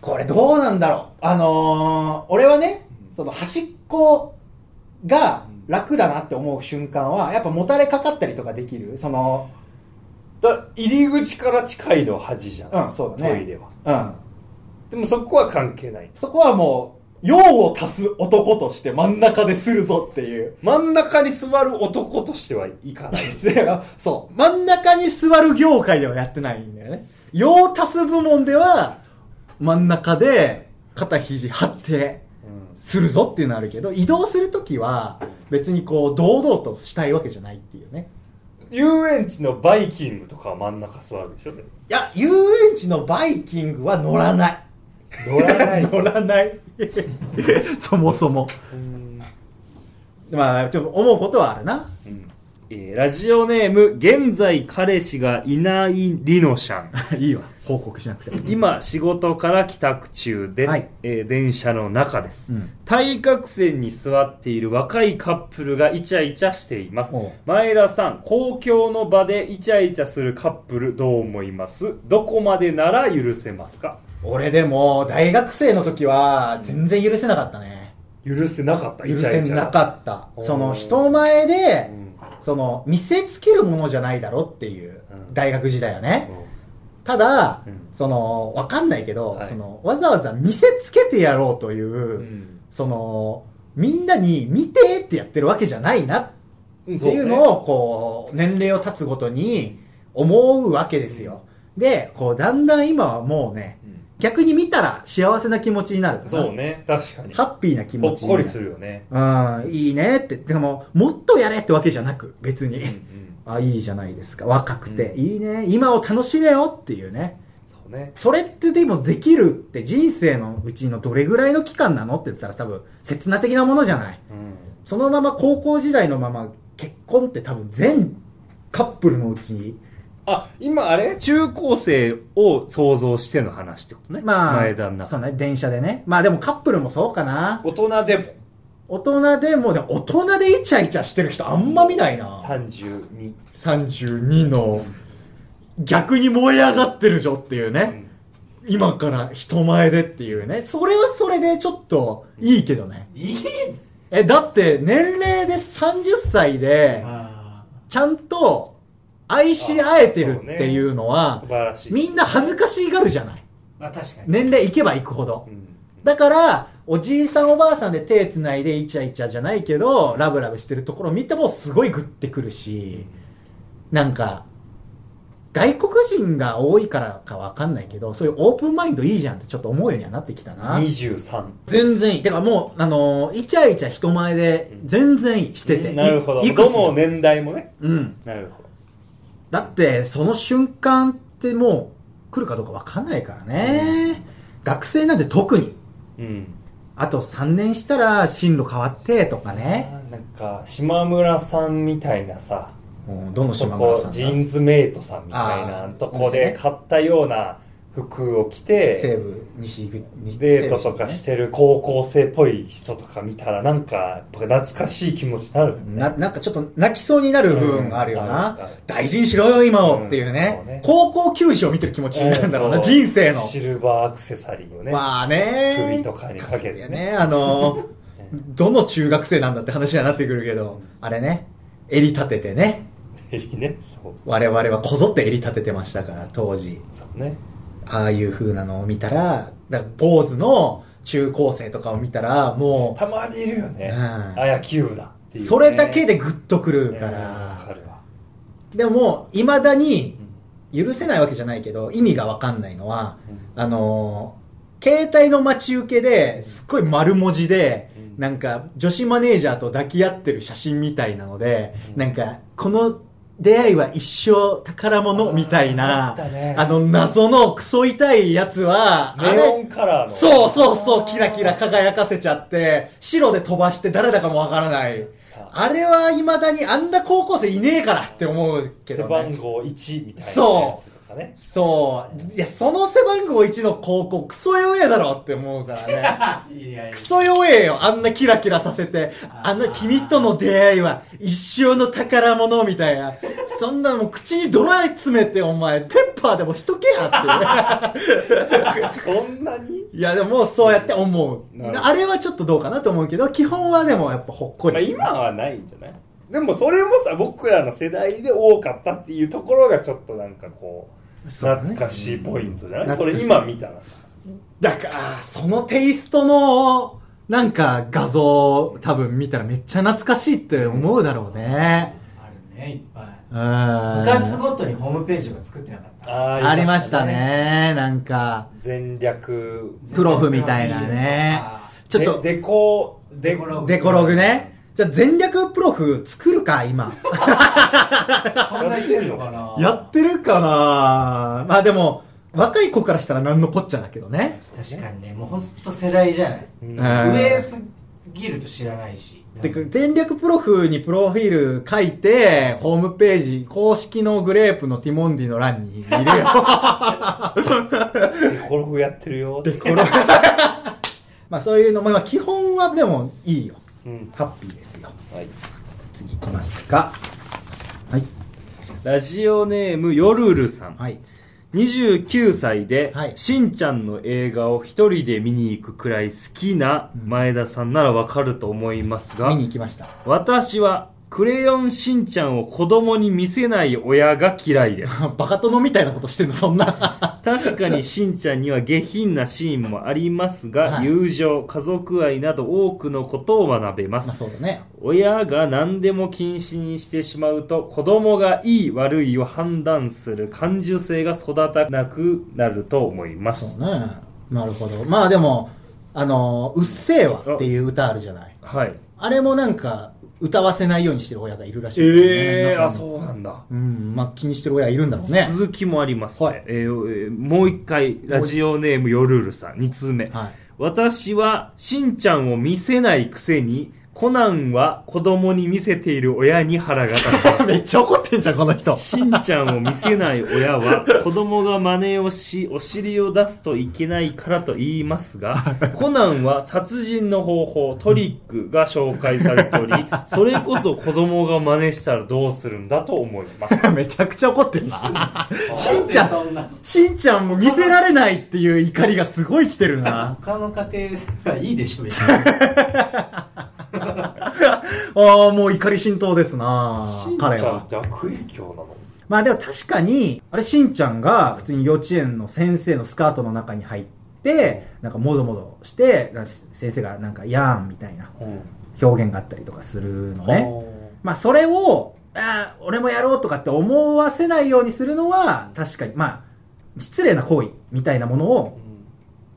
Speaker 2: これどうなんだろう。あのー、俺はね、その端っこが楽だなって思う瞬間は、やっぱもたれかかったりとかできる。その、
Speaker 3: だ入り口から近いのは端じゃん、
Speaker 2: うん、そうだね。
Speaker 3: トイレは
Speaker 2: うん。
Speaker 3: でもそこは関係ない
Speaker 2: そこはもう、用を足す男として真ん中でするぞっていう。
Speaker 3: 真ん中に座る男としてはいかない
Speaker 2: いやそう。真ん中に座る業界ではやってないんだよね。用足す部門では、真ん中で、肩肘張って、するぞっていうのはあるけど、移動するときは、別にこう、堂々としたいわけじゃないっていうね。
Speaker 3: 遊園地のバイキングとかは真ん中座るでしょで
Speaker 2: い
Speaker 3: も
Speaker 2: や、遊園地のバイキングは乗らない。
Speaker 3: 乗らない
Speaker 2: 乗らない。 そもそも。まあ、ちょっと思うことはあるな。
Speaker 5: えーラジオネーム、現在彼氏がいないりのしゃん。
Speaker 2: いいわ。報告しなくても。
Speaker 5: 今、仕事から帰宅中で、
Speaker 2: はい
Speaker 5: えー電車の中です。
Speaker 2: うん
Speaker 5: 対角線に座っている若いカップルがイチャイチャしています
Speaker 2: おう。
Speaker 5: 前田さん、公共の場でイチャイチャするカップルどう思いますどこまでなら許せますか
Speaker 2: 俺でも、大学生の時は、全然許せなかったね。
Speaker 3: 許せなかったイ
Speaker 2: 許
Speaker 3: チャ
Speaker 2: せ
Speaker 3: イチャ
Speaker 2: なかった。
Speaker 3: おー
Speaker 2: その、人前で
Speaker 3: う、ん
Speaker 2: その、見せつけるものじゃないだろっていう
Speaker 3: う、ん
Speaker 2: 大学時代はね。ただ、
Speaker 3: うん
Speaker 2: その、わかんないけど、
Speaker 3: はい
Speaker 2: その、わざわざ見せつけてやろうという、
Speaker 3: うん
Speaker 2: その、みんなに見てってやってるわけじゃないなっていうのを、こう、年齢を経つごとに思うわけですよ。で、こう、だんだん今はもうね、
Speaker 3: うん
Speaker 2: 逆に見たら幸せな気持ちになるから、
Speaker 3: そうね確かに
Speaker 2: ハッピーな気
Speaker 3: ほ
Speaker 2: 持
Speaker 3: っ
Speaker 2: ちに
Speaker 3: こ
Speaker 2: な
Speaker 3: り
Speaker 2: る。
Speaker 3: するよね
Speaker 2: うん、いいねって。でも、もっとやれってわけじゃなく、別に。
Speaker 3: うん
Speaker 2: あ、いいじゃないですか。若くて、
Speaker 3: う
Speaker 2: いいね。今を楽しめよっていうね。
Speaker 3: そうね
Speaker 2: それってでもできるって人生のうちのどれぐらいの期間なのって言ったら多分、刹那的なものじゃない。
Speaker 3: うん
Speaker 2: そのまま高校時代のまま結婚って多分全カップルのうちに
Speaker 5: あ、今あれ中高生を想像しての話ってことね。
Speaker 2: まあ、
Speaker 5: 前段な。
Speaker 2: そうね、電車でね。まあでもカップルもそうかな。
Speaker 3: 大人でも
Speaker 2: 大人でも、でも大人でイチャイチャしてる人あんま見ないな。
Speaker 3: 32
Speaker 2: 32の、逆に燃え上がってるぞっていうね。今から人前でっていうね。それはそれでちょっといいけどね。
Speaker 4: いい
Speaker 2: え、だって年齢で30歳で、
Speaker 4: あ
Speaker 2: ちゃんと愛し合えてるっていうのは
Speaker 3: 素、晴らしい、
Speaker 2: みんな恥ずかしがるじゃない。
Speaker 4: ーまあ確かに、
Speaker 2: 年齢いけばいくほど
Speaker 3: う。ん
Speaker 2: だから、おじいさんおばあさんで手つないでイチャイチャじゃないけど、ラブラブしてるところ見てもすごいグッてくるし、なんか、外国人が多いからかわかんないけど、そういうオープンマインドいいじゃんってちょっと思うようにはなってきたな。
Speaker 3: 23
Speaker 2: 全然いい。だからもう、あのーイチャイチャ人前で全然いいしてて。
Speaker 3: うんなるほど
Speaker 2: いいくつ
Speaker 3: どの年代もね
Speaker 2: うん。
Speaker 3: なるほど
Speaker 2: だって、その瞬間ってもう来るかどうかわかんないからね。学生なんて特に。
Speaker 3: うん
Speaker 2: あと3年したら進路変わってとかね。
Speaker 3: あーなんか島村さんみたいなさ
Speaker 2: うんどの
Speaker 3: そ
Speaker 2: 島村さ
Speaker 3: こ
Speaker 2: ん
Speaker 3: ジ
Speaker 2: が
Speaker 3: ーンズメイトさんみたいな
Speaker 2: あー
Speaker 3: とこ
Speaker 2: そう
Speaker 3: で
Speaker 2: ですね
Speaker 3: 買ったような服を着て
Speaker 2: 西部、西口、西
Speaker 3: デートとかし
Speaker 2: る。
Speaker 3: てる高校生っぽい人とか見たらなんかやっぱ懐かしい気持ちになる
Speaker 2: な、なんかちょっと泣きそうになる部分があるよ
Speaker 3: うんあ
Speaker 2: な
Speaker 3: るある。
Speaker 2: 大事にしろよ、今をっていう
Speaker 3: うんそう
Speaker 2: ね
Speaker 3: ね。
Speaker 2: 高校球児を見てる気持ちになるんだろう
Speaker 3: え
Speaker 2: な、
Speaker 3: ーそう
Speaker 2: 人生の。
Speaker 3: シルバーアクセサリーをね、
Speaker 2: まあね。
Speaker 3: 首とかにかけ
Speaker 2: いや
Speaker 3: てね
Speaker 2: ね、あ のー、どの中学生なんだって話にはなってくるけど、あれね、襟立ててね、
Speaker 3: 襟ねそう
Speaker 2: 我々はこぞって襟立ててましたから、当時。
Speaker 3: そうね
Speaker 2: ああいう風なのを見たら、だから坊主の中高生とかを見たら、も
Speaker 3: たまにいるよね、
Speaker 2: うん
Speaker 3: あ野球部だっ
Speaker 2: う、
Speaker 3: ていうね、
Speaker 2: それだけでグッとくる
Speaker 3: だ
Speaker 2: か、
Speaker 3: わからるわ
Speaker 2: でももう、未だに、許せないわけじゃないけど、意味がわかんないのは、あのー携帯の待ち受けですっごい丸文字で、
Speaker 3: うん
Speaker 2: なんか女子マネージャーと抱き合ってる写真みたいなので、
Speaker 3: うん
Speaker 2: なんかこの出会いは一生宝物みたいな、
Speaker 3: あーあったね
Speaker 2: あの謎のクソ痛いやつは、あ
Speaker 3: ネオ
Speaker 2: れ、
Speaker 3: ンカラーの
Speaker 2: そうそうそう、キラキラ輝かせちゃって、白で飛ばして誰だかもわからない。あれは未だにあんな高校生いねえからって思うけ
Speaker 3: 背
Speaker 2: どね。
Speaker 3: 番号1みたいなやつとかね
Speaker 2: そう。いや、その背番号1の高校、クソ弱えだろって思うからね。
Speaker 4: いやいや
Speaker 2: クソ弱えよ。あんなキラキラさせて。あんな君との出会いは一生の宝物みたいな。そんなもう口にドライ詰めて、お前、ペッパーでもしとけやって
Speaker 3: そんなに
Speaker 2: いう。いや、でももうそうやって思う
Speaker 3: なる。ほど
Speaker 2: あれはちょっとどうかなと思うけど、基本はでもやっぱほっこ
Speaker 3: まあ、
Speaker 2: りして
Speaker 3: 今はないんじゃないでもそれもさ僕らの世代で多かったっていうところがちょっとなんかこう
Speaker 2: そうね
Speaker 3: 懐かしいポイントじゃない、
Speaker 2: うん
Speaker 3: それ
Speaker 2: 懐
Speaker 3: 今
Speaker 2: か
Speaker 3: 見たらさ
Speaker 2: だから、そのテイストの、なんか画像、多分見たらめっちゃ懐かしいって思うだろうね。
Speaker 4: あるねいっぱい
Speaker 2: うん。
Speaker 4: 部活ごとにホームページが作ってなかった
Speaker 3: あ
Speaker 2: ありましたね。なんか、
Speaker 3: 全略
Speaker 2: プロフみたいなね
Speaker 4: あ。
Speaker 2: ちょっと、
Speaker 3: でデコ
Speaker 4: デコログ
Speaker 2: デコログね。じゃあ全略プロフ作るか、 今。
Speaker 4: 存在してるのかな
Speaker 2: やってるかなまあでも、若い子からしたら何のこっちゃだけどね。
Speaker 4: 確かにねもうほんと世代じゃない、
Speaker 3: うん
Speaker 2: うん
Speaker 4: 上すぎると知らないし
Speaker 2: で、全略プロフにプロフィール書いて、ホームページ、公式のグレープのティモンディの欄に入れ よう。
Speaker 3: デコログやってるよって
Speaker 2: でこれまあそういうのも、まあ、基本はでもいいよ
Speaker 3: うん
Speaker 2: ハッピーですよ
Speaker 3: はい
Speaker 2: 次いきますかはい
Speaker 5: ラジオネーム、ヨルルさん。
Speaker 2: はい
Speaker 5: 29歳で、
Speaker 2: はい
Speaker 5: しんちゃんの映画を一人で見に行くくらい好きな前田さんならわかると思いますが、
Speaker 2: 見に行きました
Speaker 5: 私は、クレヨンしんちゃんを子供に見せない親が嫌い です。
Speaker 2: バカ殿みたいなことしてんの そんな
Speaker 5: 確かにしんちゃんには下品なシーンもありますが、
Speaker 2: はい
Speaker 5: 友情、家族愛など多くのことを学べま
Speaker 2: まあ
Speaker 5: す。
Speaker 2: そうだね
Speaker 5: 親が何でも禁止にしてしまうと子供がいい悪いを判断する感受性が育たなくなると思いま
Speaker 2: そう
Speaker 5: す。
Speaker 2: ねなるほどまあでもあの「うっせぇわ」っていう歌あるじゃない
Speaker 5: はい。
Speaker 2: あれもなんか歌わせないようにしてる親がいるらしいですよね
Speaker 5: ええ
Speaker 2: 中
Speaker 5: あ、
Speaker 2: に
Speaker 5: そうなんだ。
Speaker 2: うんまあ気にしてる親いるんだろうね
Speaker 5: 続きもあります、ね
Speaker 2: はい
Speaker 5: えーえーもう一回、ラジオネームヨルールさん、二通目。
Speaker 2: はい
Speaker 5: 私は、しんちゃんを見せないくせに、コナンは子供に見せている親に腹が立ちます
Speaker 6: めっちゃ怒ってんじゃん、この人。
Speaker 5: しんちゃんを見せない親は子供が真似をしお尻を出すといけないからと言いますがコナンは殺人の方法トリックが紹介されておりそれこそ子供が真似したらどうするんだと思います
Speaker 6: めちゃくちゃ怒ってんな。しんちゃん、
Speaker 4: そんな
Speaker 6: しんちゃんも見せられないっていう怒りがすごい来てる な。
Speaker 4: 他の家庭がいいでしょ別に
Speaker 6: ああ、もう怒り浸透ですな
Speaker 3: しん、ち
Speaker 6: 彼
Speaker 3: ゃん
Speaker 6: は
Speaker 3: っ。て悪影響なの
Speaker 2: まあでも確かに、あれ、しんちゃんが普通に幼稚園の先生のスカートの中に入って、なんかもどもどして、なんか先生がなんか、やーんみたいな
Speaker 3: うん
Speaker 2: 表現があったりとかするのね。まあそれを、ああ、俺もやろうとかって思わせないようにするのは、確かに、まあ、失礼な行為みたいなものを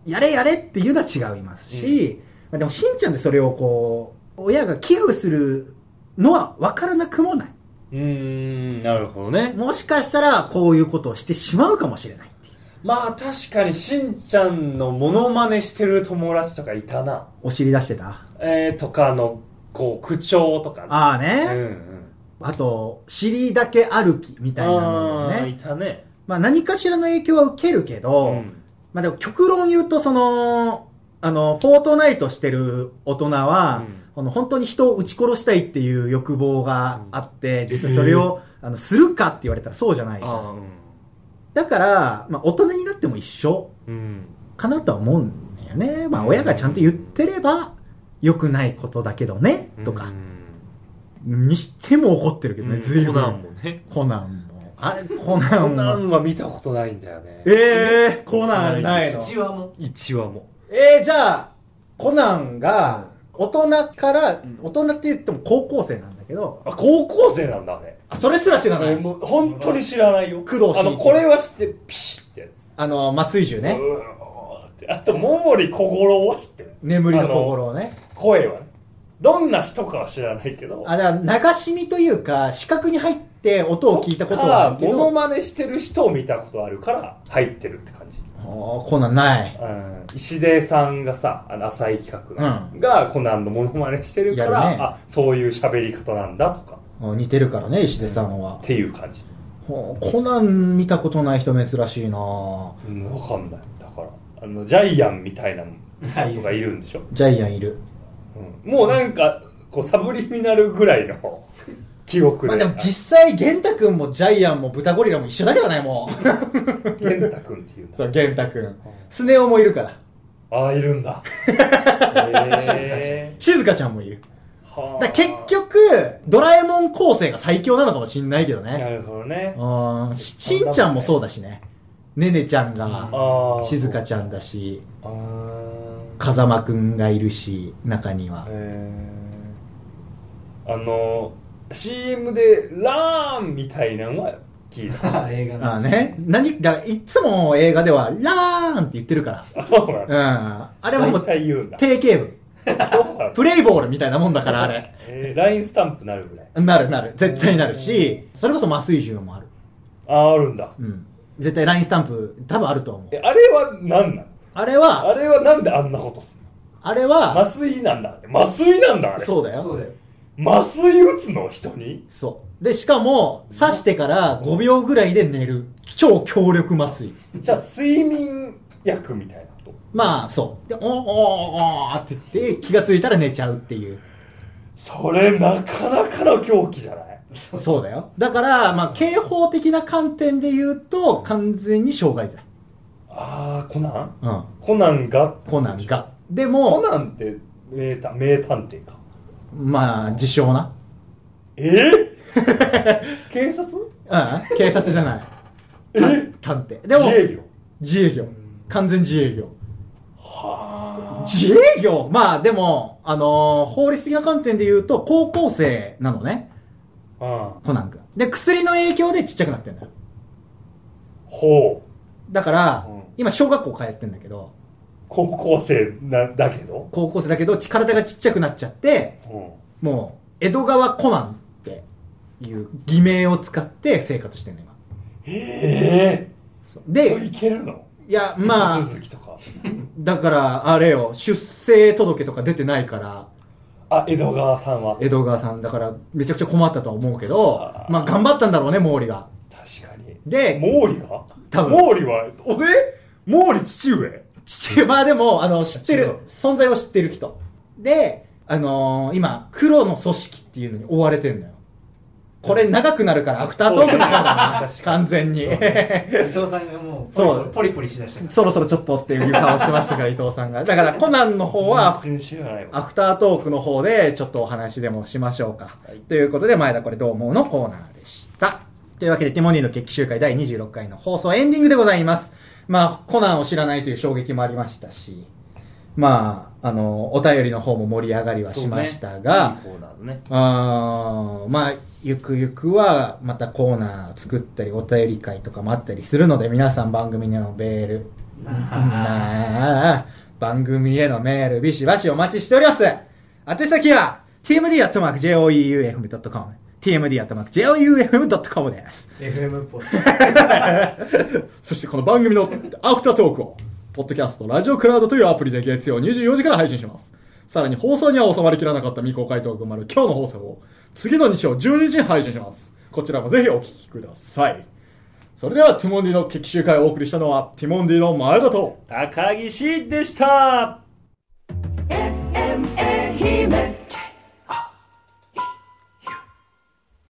Speaker 3: う、ん
Speaker 2: やれやれっていうのは違いますし、まあでもしんちゃんでそれをこう、親が危惧するのは分からなくもない。
Speaker 3: うーんなるほどね
Speaker 2: もしかしたらこういうことをしてしまうかもしれないっていう。
Speaker 3: まあ確かにしんちゃんのモノマネしてる友達とかいたな
Speaker 2: お尻出してた
Speaker 3: えー、とかのこう口調とかね
Speaker 2: ああ
Speaker 3: う
Speaker 2: ね。
Speaker 3: んうん
Speaker 2: あと、尻だけ歩きみたいなのも
Speaker 3: あー
Speaker 2: ね。
Speaker 3: いたね
Speaker 2: まあ何かしらの影響は受けるけど、
Speaker 3: うん
Speaker 2: まあでも極論言うとその、あの、フォートナイトしてる大人は、あの本当に人を撃ち殺したいっていう欲望があって、実際それを、あの、するかって言われたらそうじゃないじゃん。
Speaker 3: あー
Speaker 2: だから、まあ大人になっても一緒
Speaker 3: うんうん
Speaker 2: かなとは思うんだよね。まあ親がちゃんと言ってれば、良くないことだけどね、とか
Speaker 3: う。ん
Speaker 2: にしても怒ってるけどね、ずいぶ
Speaker 3: コ
Speaker 2: ん。
Speaker 3: ナンも ね
Speaker 2: コナンも。あれ、コナ
Speaker 3: コ
Speaker 2: ン
Speaker 3: ナ
Speaker 2: も。
Speaker 3: ンは見たことないんだよね
Speaker 2: えー、コナンないの。
Speaker 4: 一話も
Speaker 3: 1話も
Speaker 2: えー、じゃあ、コナンが、大人から、大人って言っても高校生なんだけど、
Speaker 3: あ高校生なんだね
Speaker 2: あ、それすら知らな
Speaker 3: 俺
Speaker 2: い。
Speaker 3: もう本当に知らないよ
Speaker 2: 工藤新一
Speaker 3: あのこれは知ってピシッってやつ
Speaker 2: あの、麻酔銃ね。
Speaker 3: うおーってあと桃李小五郎は知ってる
Speaker 2: 眠りの心をね。
Speaker 3: 声はねどんな人かは知らないけど
Speaker 2: あ、だから流し見というか、視覚に入って音を聞いたことはあるけ
Speaker 3: モノ
Speaker 2: ど、
Speaker 3: マネしてる人を見たことあるから入ってるって感じ、
Speaker 2: おーコナンない。
Speaker 3: うん、石出さんがさあの浅い企画、
Speaker 2: う
Speaker 3: がコナンのモノマネしてるから、
Speaker 2: やるね
Speaker 3: あそういう喋り方なんだとか
Speaker 2: お似てるからね、石出さんは
Speaker 3: っ。ていう感じ、
Speaker 2: ほうコナン見たことない人珍しいなぁ
Speaker 3: うん、分かんないだからあのジャイアンみたいなのとかいるんでしょ、
Speaker 2: ジャイアンいる。
Speaker 3: うん、もうなんかこうサブリミナルぐらいの 記憶で,、
Speaker 2: まあでも実際、玄太くんもジャイアンも豚ゴリラも一緒だけどね、もう。
Speaker 3: 玄太君っていうんだ
Speaker 2: そう、玄太くん。 スネ夫もいるから。
Speaker 3: ああいるん だへえ
Speaker 2: 静香ちゃんもいる。
Speaker 3: は
Speaker 2: だ
Speaker 3: あ
Speaker 2: から結局、ドラえもん構成が最強なのかもしんないけどね。
Speaker 3: なるほどね
Speaker 2: うん。ししんちゃんもそうだしね。ねねちゃん
Speaker 3: あ
Speaker 2: が、
Speaker 3: ー
Speaker 2: 静香ちゃんだし、
Speaker 3: あー
Speaker 2: 風間くんがいるし、中には。
Speaker 3: えー、あの CM で「ラーン」みたいなのは聞い た
Speaker 4: あ映画の
Speaker 2: ああね。何だ、いつも映画では、ラーンって言ってるか
Speaker 3: あそうなんだ
Speaker 2: ら。うん。あれはも
Speaker 3: 大
Speaker 2: う、
Speaker 3: 体言うんだ
Speaker 2: 定型文。
Speaker 3: そうなんだ、
Speaker 2: プレイボールみたいなもんだから、あれ。
Speaker 3: えー、ラインスタンプなるぐらい
Speaker 2: なるなる。絶対なるし、それこそ麻酔銃もある。
Speaker 3: ああるんだ
Speaker 2: うん。絶対 LINE スタンプ、多分あると思う
Speaker 3: え。あれは何なの
Speaker 2: あれは、
Speaker 3: あれはなんであんなことすん
Speaker 2: あれ
Speaker 3: の
Speaker 2: は、
Speaker 3: 麻酔なんだ麻酔なんだあれ
Speaker 2: そうだ
Speaker 4: そ
Speaker 2: よ。
Speaker 4: うだよ
Speaker 3: 麻酔打つの人に
Speaker 2: そう。で、しかも、刺してから5秒ぐらいで寝る。超強力麻酔。
Speaker 3: じゃあ睡眠薬みたいなこと
Speaker 2: まあ、そう。で、おーおーおーって言って、気がついたら寝ちゃうっていう。
Speaker 3: それなかなかの狂気じゃない
Speaker 2: そうだよ。だから、まあ、刑法的な観点で言うと、完全に障害罪。
Speaker 3: ああコナン
Speaker 2: うん。
Speaker 3: コナンが
Speaker 2: コナンが。で
Speaker 3: コ
Speaker 2: も、
Speaker 3: ナンって名探名探偵か
Speaker 2: まあ、自称な。
Speaker 3: えー、警察
Speaker 2: うん。警察じゃない。
Speaker 3: え
Speaker 2: 探偵。でも、
Speaker 3: 自営業
Speaker 2: 自営業。完全自営業。
Speaker 3: は
Speaker 2: 自営業まあでも、あのー法律的な観点で言うと、高校生なのね、
Speaker 3: あうん
Speaker 2: コナン君。で、薬の影響でちっちゃくなってんだよ。
Speaker 3: ほう
Speaker 2: だから、
Speaker 3: うん
Speaker 2: 今小学校通ってんだけど、
Speaker 3: 高校生なだけど、
Speaker 2: 高校生だけど、ち体がちっちゃくなっちゃって、
Speaker 3: うん、
Speaker 2: もう、江戸川コナンっていう偽名を使って生活してんの今。
Speaker 3: ええ
Speaker 2: そう
Speaker 3: ー、そう
Speaker 2: で、
Speaker 3: いけるの
Speaker 2: いや、まあ
Speaker 3: 手、続きとか
Speaker 2: だから、あれよ、出生届とか出てないから、
Speaker 3: あ、江戸川さんは。
Speaker 2: 江戸川さんだからめちゃくちゃ困ったとは思うけどまあ頑張ったんだろうね毛利が
Speaker 3: 確かに。
Speaker 2: で
Speaker 3: 毛利が
Speaker 2: 多分
Speaker 3: 毛利は、おえ毛利父上
Speaker 2: 父まあでもあの知って
Speaker 3: 違う
Speaker 2: る存在を知ってる人であのー今黒の組織っていうのに追われてんのよこれ長くなるからアフタートークだからな完全に
Speaker 4: 伊藤さんがもうポリ
Speaker 2: そう
Speaker 4: ポリポリポリしだしたか ら
Speaker 2: そろそろちょっとっていう顔してましたから伊藤さんがだからコナンの方は
Speaker 3: 全然知らないわ。
Speaker 2: アフタートークの方でちょっとお話でもしましょうか。ということで、前田これどう思うのコーナーでした。というわけで、ティモニーの決起集会第26回の放送エンディングでございます。まあ、コナンを知らないという衝撃もありましたし、まあ、あの、お便りの方も盛り上がりはしましたが、
Speaker 5: そうねいいコーナーだね。
Speaker 2: あーまあ、ゆくゆくは、またコーナー作ったり、お便り会とかもあったりするので、皆さん番組のメール、 なあ番組へのメール、ビシバシお待ちしております。宛先は、tmd.joeufm.com、tmd.joeufm.com です。
Speaker 4: FM っぽい
Speaker 2: そしてこの番組のアフタートークを、ポッドキャスト、ラジオクラウドというアプリで月曜24時から配信します。さらに放送には収まりきらなかった未公開トークもある今日の放送を、次の日曜12時に配信します。こちらもぜひお聞きください。それでは、ティモンディの決起集会をお送りしたのは、ティモンディの前田と、
Speaker 5: 高岸でした